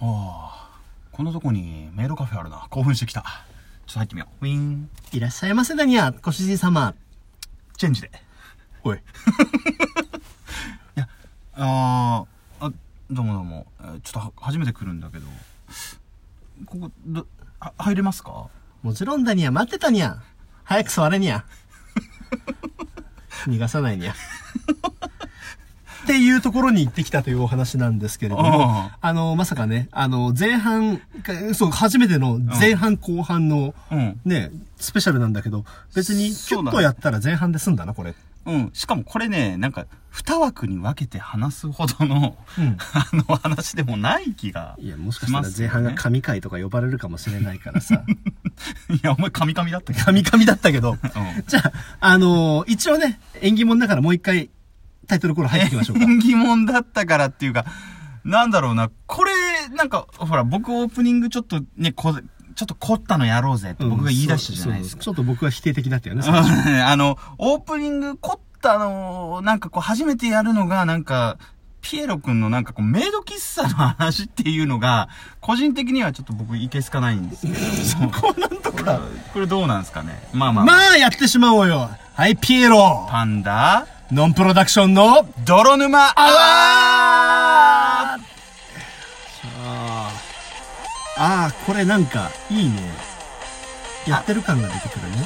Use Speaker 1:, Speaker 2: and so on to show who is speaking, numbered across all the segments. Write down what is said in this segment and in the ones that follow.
Speaker 1: ああこんなとこにメイドカフェあるな興奮してきたちょっと入ってみようウィーン
Speaker 2: いらっしゃいませだにゃ、ご主人様。
Speaker 1: チェンジで
Speaker 2: おい。
Speaker 1: いやあーあどうもどうもえーちょっとは初めて来るんだけどここどは入れますか
Speaker 2: もちろんだにゃ、待ってたにゃ。早く座れにゃ。 逃がさないにゃ。っていうところに行ってきたというお話なんですけれども
Speaker 1: あ、
Speaker 2: あの、まさかね、あの、前半、かそう、初めての前半後半の、
Speaker 1: うん
Speaker 2: ね、スペシャルなんだけど、別に、キ
Speaker 1: そ
Speaker 2: ュ
Speaker 1: うな
Speaker 2: ッ
Speaker 1: んだ
Speaker 2: とやったら前半で済んだな、これ。
Speaker 1: うんしかもこれねなんか2枠に分けて話すほどの、
Speaker 2: うん
Speaker 1: あの話でもない気が
Speaker 2: いや、もしかしたら前半が
Speaker 1: します
Speaker 2: 神回とか呼ばれるかもしれないからさ。
Speaker 1: ねいやお前カミカミだったけど
Speaker 2: 神々だったけど。
Speaker 1: うん
Speaker 2: じゃあ、あのー一応ね、縁起物だからもう一回、タイトルコール入っていきましょう か。
Speaker 1: 疑問だったからっていうか、なんだろうな、これ、なんか、ほら、僕オープニングちょっとね、こ、ちょっと凝ったのやろうぜって僕が言い出したじゃないですか。
Speaker 2: そうそうちょっと僕は否定的だったよね。
Speaker 1: うん あの、オープニング凝ったのを、なんかこう、初めてやるのが、なんか、ピエロくんのなんかこう、メイド喫茶の話っていうのが、個人的にはちょっと僕いけすかないんですよ。
Speaker 2: こうなんとか。
Speaker 1: これどうなんですかねまあまあ、
Speaker 2: まあ、やってしまおうよ。はい、ピエロ。
Speaker 1: パンダ、
Speaker 2: ノンプロダクションの、
Speaker 1: 泥沼アワー
Speaker 2: あー、これなんか、いいね。やってる感が出てくるね。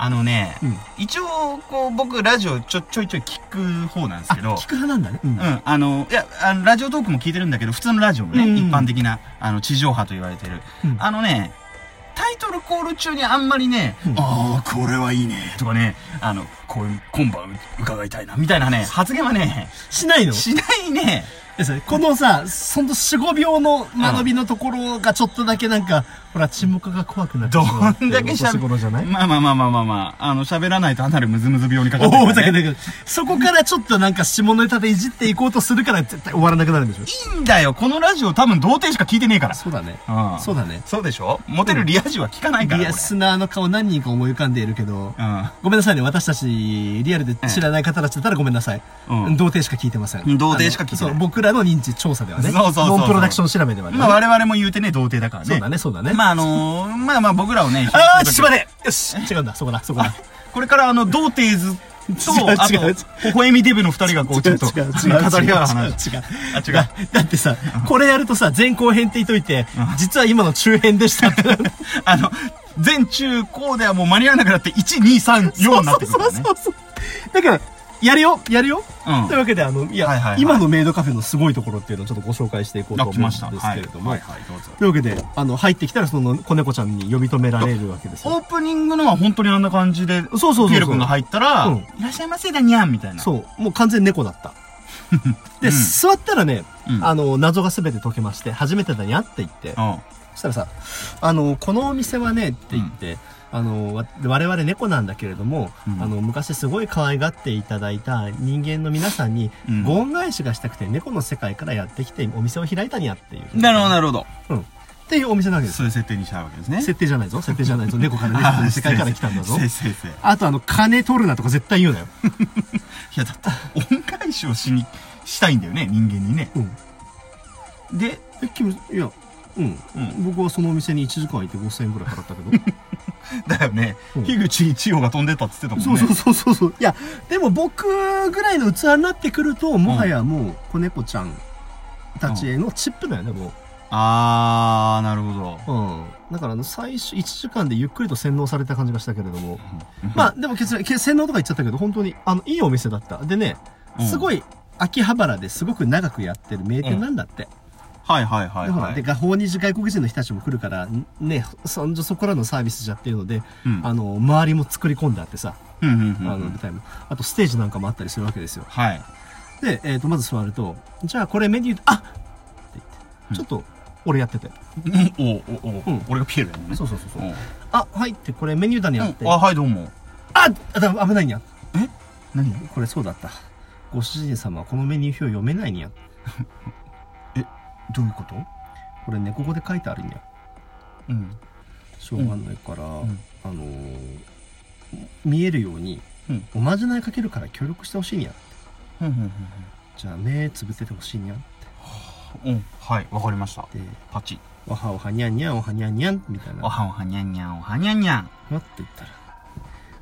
Speaker 1: あのね、
Speaker 2: うん
Speaker 1: 一応、こう、僕、ラジオちょ、ちょいちょい聞く方なんです
Speaker 2: あ、
Speaker 1: けど、
Speaker 2: 聞く派なんだね。うん
Speaker 1: う。ん、あの、いや、あの、ラジオトークも聞いてるんだけど、普通のラジオもね、
Speaker 2: うん
Speaker 1: 一般的な、あの、地上波と言われてる。
Speaker 2: うん
Speaker 1: あのね、タイトルコール中にあんまりね、
Speaker 2: うん
Speaker 1: ああ、これはいいね、とかね、あの、こういう、今晩伺いたいな、みたいなね、発言はね、
Speaker 2: しないの
Speaker 1: しないね。
Speaker 2: えそれこのさ、その4、5秒の間延びのところがちょっとだけなんか、ほら、沈黙が怖くなってし
Speaker 1: ど
Speaker 2: まうってい
Speaker 1: ん
Speaker 2: う
Speaker 1: だけ
Speaker 2: お年
Speaker 1: 喋
Speaker 2: 頃じゃない
Speaker 1: まあまあまあまあまあまあ、あの、喋らないとあなりムズムズ病にかかってる
Speaker 2: おお、
Speaker 1: か
Speaker 2: ふざ
Speaker 1: ら
Speaker 2: け
Speaker 1: ね。
Speaker 2: てくる。そこからちょっとなんか下ネタでいじっていこうとするから絶対終わらなくなるんでしょ
Speaker 1: いいんだよ、このラジオ多分童貞しか聞いてねえから。
Speaker 2: そうだね。
Speaker 1: うん
Speaker 2: そうだね。
Speaker 1: そうでしょモテるリア充は聞かないから。
Speaker 2: リ
Speaker 1: 俺
Speaker 2: アスナーの顔何人か思い浮かんでいるけど、
Speaker 1: う
Speaker 2: ごめんなさいね、私たち、リアルで知らない方たちだったらごめんなさい。
Speaker 1: うん
Speaker 2: 童貞しか聞いてません。
Speaker 1: 童貞しか聞いてない
Speaker 2: あのそう、僕らの認知調査では
Speaker 1: そ
Speaker 2: ね。
Speaker 1: うそうそうそう
Speaker 2: ノンプロダクション調べではね。
Speaker 1: ん。まあ我々も言うてね、童貞だからね。
Speaker 2: そうだね、そうだね。
Speaker 1: まああのー、まあまあ僕らをね、
Speaker 2: あー、
Speaker 1: 引き
Speaker 2: し
Speaker 1: ずる
Speaker 2: ま
Speaker 1: 時
Speaker 2: れよし違うんだ、そこだ、そこだ。
Speaker 1: これからあの、童貞図と、
Speaker 2: 違う違う
Speaker 1: あ
Speaker 2: 違う
Speaker 1: と、微笑みデブの二人がこう、ちょっと、語
Speaker 2: 違う違う違う
Speaker 1: り合う
Speaker 2: 違う
Speaker 1: 話。
Speaker 2: 違う
Speaker 1: あ違う
Speaker 2: だだってさ、これやるとさ、前後編って言っといて、実は今の中編でしたって。
Speaker 1: あの、全中高ではもう間に合わなくなって、1、2、3、4になってくるか
Speaker 2: そ
Speaker 1: らね
Speaker 2: うそう。そうそう。だから、やるよやるよ、
Speaker 1: うん
Speaker 2: というわけで、あの、いや、
Speaker 1: はいはいはい
Speaker 2: 今のメイドカフェのすごいところっていうのをちょっとご紹介していこうと
Speaker 1: あ、
Speaker 2: 思う
Speaker 1: 来
Speaker 2: んで
Speaker 1: ますした。
Speaker 2: け
Speaker 1: はい。
Speaker 2: れども。
Speaker 1: はい、はい、どうぞ。
Speaker 2: というわけで、あの、入ってきたら、その、子猫ちゃんに呼び止められるわけですよ。
Speaker 1: オープニングのは本当にあんな感じで、
Speaker 2: そうそうそうそう
Speaker 1: ピエロ君が入ったら、
Speaker 2: うん
Speaker 1: いらっしゃいませだにゃんみたいな。
Speaker 2: そう、もう完全に猫 だった。
Speaker 1: う
Speaker 2: で、
Speaker 1: ん
Speaker 2: 座ったらね、
Speaker 1: うん
Speaker 2: あの、謎が全て解けまして、初めてだにゃって言って、
Speaker 1: うん。
Speaker 2: そしたらさ、あの、このお店はね、って言って、あの、わ我々猫なんだけれども、
Speaker 1: うん
Speaker 2: あの、昔すごい可愛がっていただいた人間の皆さんに、
Speaker 1: うん
Speaker 2: ご恩返しがしたくて猫の世界からやってきて、お店を開いたにやっていう。
Speaker 1: なるほど、な
Speaker 2: る
Speaker 1: るほど。
Speaker 2: ほど。うん。っていうお店なわけです
Speaker 1: そういう設定にしたわけですね。
Speaker 2: よ。設定じゃないぞ、設定じゃないぞ。猫から 猫の世界から来たんだぞ
Speaker 1: せ。いせいせい。い
Speaker 2: あとあの、金取るなとか絶対言うなよ。
Speaker 1: や、だって、恩返しをしに、したいんだよね、人間にね。
Speaker 2: うん。
Speaker 1: で、
Speaker 2: え、君、いや、うん。
Speaker 1: うん
Speaker 2: 僕はそのお店に1時間いて5000円ぐらい払ったけど。
Speaker 1: だよね
Speaker 2: うん、
Speaker 1: 樋口一葉が飛んでったっつってたもんね。
Speaker 2: そうそうそうそうそう。いや、でも僕ぐらいの器になってくると、もはやもう子猫ちゃんたちへのチップだよね、も
Speaker 1: あー、なるほど。
Speaker 2: う。うん。だからあの、最初、1時間でゆっくりと洗脳された感じがしたけれども。
Speaker 1: うん
Speaker 2: まあ、でも結論、け洗脳とか言っちゃったけど、本当に、あの、いいお店だった。でね、
Speaker 1: うん
Speaker 2: すごい、秋葉原ですごく長くやってる名店なんだって。
Speaker 1: はいはいはい
Speaker 2: でほら
Speaker 1: は
Speaker 2: で、
Speaker 1: い。
Speaker 2: が訪日外国人の人たちも来るから、んね、そんじょそこらのサービスじゃっていうので、
Speaker 1: うん
Speaker 2: あの、周りも作り込んであってさ、
Speaker 1: うんうんう
Speaker 2: あの、
Speaker 1: んう
Speaker 2: 舞
Speaker 1: ん
Speaker 2: 台も。あと、ステージなんかもあったりするわけですよ。
Speaker 1: はい。
Speaker 2: で、えー、とまず座ると「じゃあこれメニューあっ!」って言って、
Speaker 1: うん
Speaker 2: ちょっと俺やってて
Speaker 1: うんおうおうおう
Speaker 2: うん
Speaker 1: 俺がピエロやもんね。
Speaker 2: そうそうそうそううん「あはい」ってこれメニューだにあって「
Speaker 1: うんあ、はい、どうも。
Speaker 2: ああだ危ないにゃ
Speaker 1: 何
Speaker 2: これそうだったご主人様はこのメニュー表読めない にゃ
Speaker 1: どういうこと
Speaker 2: これ猫語で書いてあるにゃ
Speaker 1: うん。
Speaker 2: しょうがないから、
Speaker 1: ん
Speaker 2: あのー見えるように
Speaker 1: うん
Speaker 2: おまじないかけるから協力してほしいにゃ
Speaker 1: ふんふん
Speaker 2: じゃあ目つぶっててほしいにゃんって
Speaker 1: ふんうんはいわかりました
Speaker 2: で
Speaker 1: パチ
Speaker 2: わはおはにゃんにゃんおはにゃんにゃんみたい
Speaker 1: お
Speaker 2: な
Speaker 1: はおはにゃんにゃんおはにゃんにゃん
Speaker 2: ふわって言ったら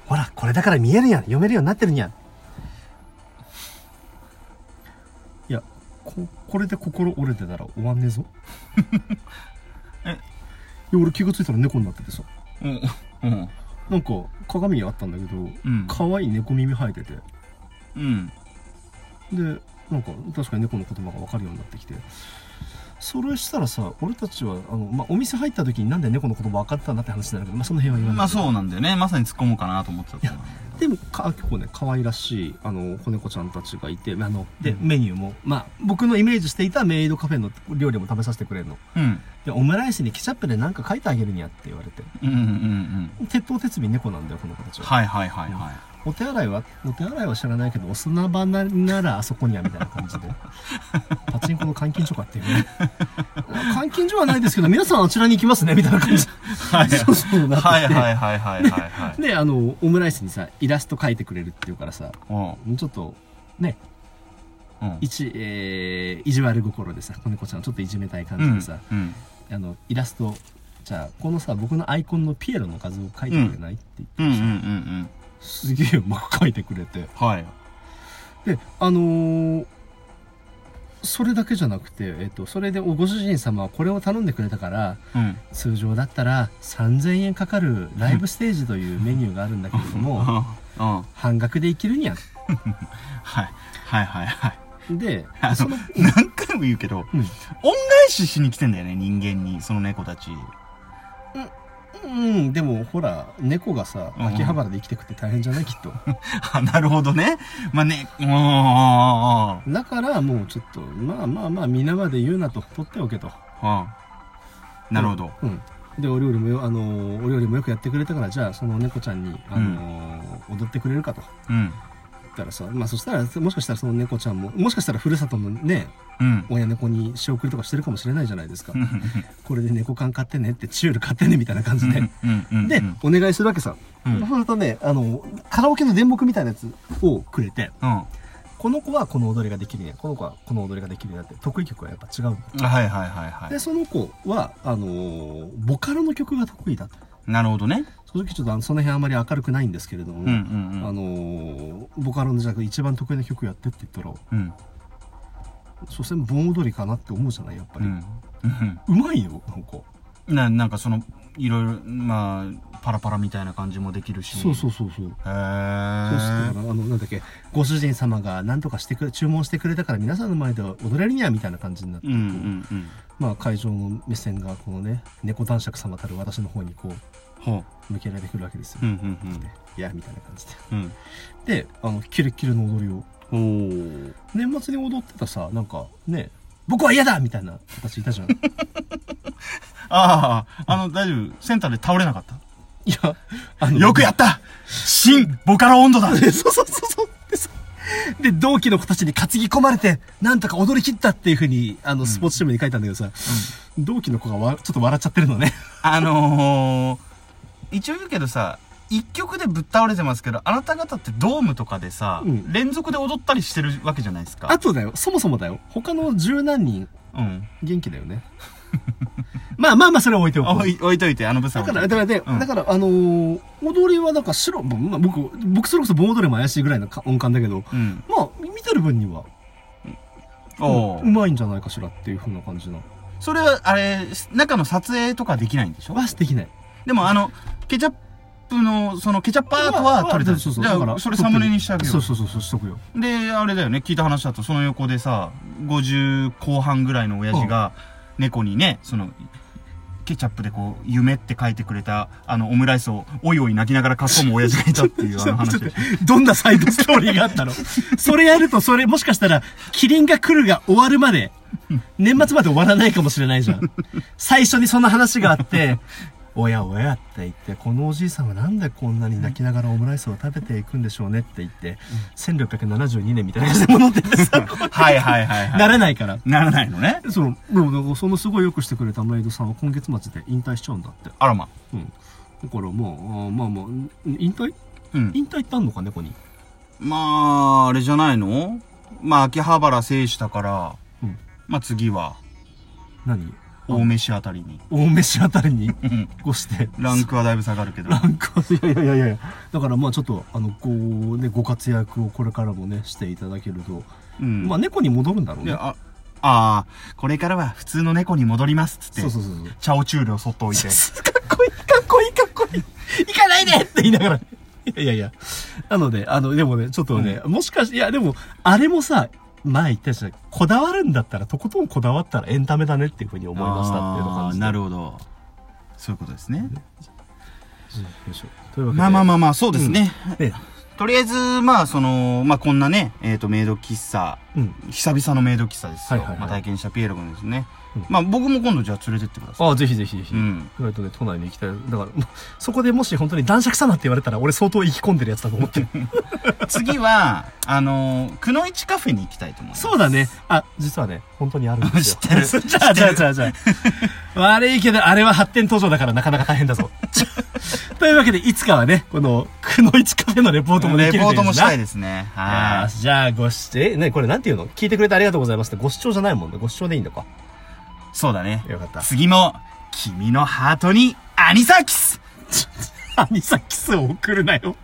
Speaker 2: ほらこれだから見えるやん読めるようになってるにゃんいやここれで心折れてたら終わんねえぞ
Speaker 1: え
Speaker 2: いや俺気がついたら猫になっててさ
Speaker 1: うんうん
Speaker 2: なんか鏡あったんだけど、
Speaker 1: うん
Speaker 2: 可愛い猫耳生えててで
Speaker 1: うん
Speaker 2: なんか確かに猫の言葉が分かるようになってきてそれしたらさ俺たちはあの、まあ、お店入った時になんで猫の言葉分かったんだって話になるけど、まあ、その辺は言わない
Speaker 1: まあそうなんだよねまさに突っ込もうかなと思ってたところなんだけど
Speaker 2: でもか結構ね可愛らしいあの子猫ちゃんたちがいてまああので、
Speaker 1: うん
Speaker 2: メニューも、まあ、僕のイメージしていたメイドカフェの料理も食べさせてくれるの
Speaker 1: うん
Speaker 2: でオムライスにケチャップで何か書いてあげるにゃって言われて
Speaker 1: うんうんうん
Speaker 2: 鉄頭鉄尾猫なんだよこの子たち
Speaker 1: うん
Speaker 2: は、
Speaker 1: はいはいはいはい
Speaker 2: お手洗いはお手洗いは知らないけどお砂場ならあそこにはみたいな感じ でパチンコの監禁所かっていうね監禁所はないですけど皆さんあちらに行きますねみたいな感じ
Speaker 1: はい
Speaker 2: そうそうなってて
Speaker 1: はいはいはいはいはいはい
Speaker 2: であのオムライスにさイラスト描いてくれるっていうからさ
Speaker 1: うん
Speaker 2: ちょっとね
Speaker 1: うん
Speaker 2: いち、えー、意地悪心でさ子猫ちゃんをちょっといじめたい感じでさ、
Speaker 1: うん
Speaker 2: あのイラストじゃあこのさ僕のアイコンのピエロの画像を描いてくれない、って言って
Speaker 1: うんうんうんうん
Speaker 2: すげえうまく描いてくれて
Speaker 1: はい
Speaker 2: であのーそれだけじゃなくて、えっとそれでおご主人様はこれを頼んでくれたから
Speaker 1: うん
Speaker 2: 通常だったら3000円かかるライブステージというメニューがあるんだけれど
Speaker 1: うん
Speaker 2: も
Speaker 1: うん
Speaker 2: 半額でいけるにゃ
Speaker 1: はいはいはいはい
Speaker 2: んで
Speaker 1: あ
Speaker 2: そ
Speaker 1: の
Speaker 2: の、
Speaker 1: 何回も言うけど
Speaker 2: うん
Speaker 1: 恩返ししに来てんだよね人間にその猫たち
Speaker 2: うん、でもほら、猫がさ、
Speaker 1: うん
Speaker 2: 秋葉原で生きてくって大変じゃないきっと。
Speaker 1: あなるほどねまあねうんうん
Speaker 2: だからもうちょっと、まあまあまあ、皆まで言うなと、取っておけと。
Speaker 1: うんうんなるほど
Speaker 2: うん。で、お料理もよ、あのーお料理もよくやってくれたから、じゃあその猫ちゃんに、あのー踊ってくれるかと。
Speaker 1: うん
Speaker 2: 言ったらさ、まあそしたら、もしかしたらその猫ちゃんも、もしかしたらふるさとのね、
Speaker 1: うん
Speaker 2: 親猫に仕送りとかしてるかもしれないじゃないですか。これで猫缶買ってねって、チュール買ってねみたいな感じで。
Speaker 1: うんうん
Speaker 2: で、お願いするわけさ。
Speaker 1: うん
Speaker 2: そうするとね、あの、カラオケの電木みたいなやつをくれて、
Speaker 1: うんは
Speaker 2: この子はこの踊りができるんやこの子はこの踊りができるんやって得意曲はやっぱ違うんだ
Speaker 1: いはいはいは
Speaker 2: でその子はあのーボカロの曲が得意だと
Speaker 1: いなるほどね
Speaker 2: 正直ちょっとあのその辺あまり明るくないんですけれども、
Speaker 1: うんうんう
Speaker 2: あ
Speaker 1: ん
Speaker 2: のーボカロのじゃなく一番得意な曲やってって言ったら
Speaker 1: うん
Speaker 2: 所詮盆踊りかなって思うじゃないやっぱ
Speaker 1: う
Speaker 2: り、うん
Speaker 1: うん
Speaker 2: まいよなんか
Speaker 1: ななんかそのいろいろまあパラパラみたいな感じもできるし
Speaker 2: そうそううそうそ
Speaker 1: へえ
Speaker 2: うそうしてたらあのなんだっけご主人様が何とかしてくれ注文してくれたから皆さんの前では踊れるにゃみたいな感じになって、
Speaker 1: うんうんうん
Speaker 2: まあ、会場の目線がこのね猫男爵様たる私の方にこう
Speaker 1: ほ
Speaker 2: 向けられてくるわけですよ、
Speaker 1: ううんうん
Speaker 2: いやみたいな感じで
Speaker 1: うん
Speaker 2: であのキレッキレの踊りを
Speaker 1: うん
Speaker 2: 年末に踊ってたさなんかね僕は嫌だみたいな私いたじゃ んい
Speaker 1: あああの大丈夫センターで倒れなかった
Speaker 2: やあの
Speaker 1: よくやった新ボカロ温度だ
Speaker 2: で そうそうそうそうでそうで同期の子たちに担ぎ込まれてなんとか踊り切ったっていうふうにあのスポーツチームに書いたんだけどさ、同期の子がわちょっと笑っちゃってるのね
Speaker 1: あのー、一応言うけどさ一曲でぶっ倒れてますけどあなた方ってドームとかでさ、
Speaker 2: うん
Speaker 1: 連続で踊ったりしてるわけじゃないですか
Speaker 2: あとだよそもそもだよ他の十何人
Speaker 1: うん
Speaker 2: 元気だよね まあまあまあそれは置いておこう
Speaker 1: 置い置いといてあのブさ
Speaker 2: だ
Speaker 1: ん
Speaker 2: から、だからね、
Speaker 1: うん
Speaker 2: だから、あのー踊りはなんか白、まあ、僕、僕それこそ盆踊りも怪しいぐらいのか音感だけど、
Speaker 1: うん
Speaker 2: まあ、見てる分には、
Speaker 1: おう
Speaker 2: ううまいんじゃないかしらっていう風な感じの。
Speaker 1: それはあれ中の撮影とかできないんでしょ
Speaker 2: はできない。
Speaker 1: でもあのケチャップのそのケチャップアートは撮れたでし
Speaker 2: そ
Speaker 1: ょ
Speaker 2: うそう。
Speaker 1: じゃ
Speaker 2: だから
Speaker 1: あそれサムネにしてあげよう
Speaker 2: そうそうそう、そうしとくよ。
Speaker 1: で、あれだよね、聞いた話だと、その横でさ、50後半ぐらいの親父が、猫にね、その、ケチャップでこう、夢って書いてくれた、あの、オムライスを、おいおい泣きながらかっこむ親父がいたっていう、あの話
Speaker 2: ちょ
Speaker 1: で
Speaker 2: っ。とどんなサイドストーリーがあったの それやると、それ、もしかしたら、キリンが来るが終わるま で、年末まで終わらないかもしれないじゃん。最初にその話があって、 おやおやって言って、このおじいさんはなんでこんなに泣きながらオムライスを食べていくんでしょうねって言って、1672年みたいな感じで戻ってって さ、
Speaker 1: はいはいはい、はい。
Speaker 2: なれないから。
Speaker 1: ならないのね。
Speaker 2: その、でもなんかそのすごいよくしてくれたメイドさんは今月末で引退しちゃうんだって。
Speaker 1: あらま。
Speaker 2: うん。だからもう、あーまあまあ、ん引退
Speaker 1: うん。
Speaker 2: 引退ってあんのか、猫に。
Speaker 1: まあ、あれじゃないのまあ、秋葉原制したから、
Speaker 2: うん
Speaker 1: まあ次は、
Speaker 2: 何
Speaker 1: 大飯あたりに。
Speaker 2: 大飯あたりに
Speaker 1: ん
Speaker 2: こうして
Speaker 1: ランクはだいぶ下がるけど。
Speaker 2: ランクはいやいやいやいやだからまあちょっとあのこうねご活躍をこれからもねしていただけると、
Speaker 1: うん。
Speaker 2: まあ猫に戻るんだろう
Speaker 1: で、
Speaker 2: ね
Speaker 1: あ、あーこれからは普通の猫に戻りますっつって。
Speaker 2: そうそうそう
Speaker 1: チャオチュールをそっと置いて。
Speaker 2: そう かっこいいかっこいいかっこいい行かないでって言いながらいやいやいやなのであのでもねちょっとね、もしかしていやでもあれもさ前言ったじゃんこだわるんだったらとことんこだわったらエンタメだねっていうふうに思いましたっていう
Speaker 1: あ
Speaker 2: 感
Speaker 1: ー
Speaker 2: じ
Speaker 1: な
Speaker 2: ほ
Speaker 1: るほど。そういうことですね。
Speaker 2: どよいしょというわけで
Speaker 1: まあまあまあまあ、そうですね。
Speaker 2: ね
Speaker 1: とりあえず、まあ、その、まあ、こんなね、えっ、と、メイド喫茶、
Speaker 2: うん
Speaker 1: 久々のメイド喫茶ですよ。
Speaker 2: はいはいはい
Speaker 1: まあ、体験したピエロ君ですね。
Speaker 2: うん
Speaker 1: まあ、僕も今度じゃあ連れてってください。
Speaker 2: ああぜひぜひぜひ、
Speaker 1: うん。
Speaker 2: 意外とね、都内に行きたい。だから、そこでもし本当に男爵さなって言われたら、俺相当生き込んでるやつだと思ってる。
Speaker 1: 次は、あのー、くのいちカフェに行きたいと思います。
Speaker 2: そうだね。あ、実はね、本当にあるんですよ。
Speaker 1: 知ってる
Speaker 2: じゃあ、じゃあ、じゃあ、じゃあ。悪いけど、あれは発展途上だからなかなか大変だ ぞ。というわけで、いつかはね、この、くのいちカフェのレポートもで
Speaker 1: レ
Speaker 2: きる
Speaker 1: ポ
Speaker 2: と
Speaker 1: ートもしたい
Speaker 2: す
Speaker 1: ですね。
Speaker 2: な。
Speaker 1: は
Speaker 2: よ
Speaker 1: い。
Speaker 2: しじゃあ、ご視聴、え、ね、これなんていうの聞いてくれてありがとうございますって、ご視聴じゃないもんね。ご視聴でいいのか。
Speaker 1: そうだね。
Speaker 2: よかった。
Speaker 1: 次も、君のハートにアニサキス
Speaker 2: アニサキスを送るなよ。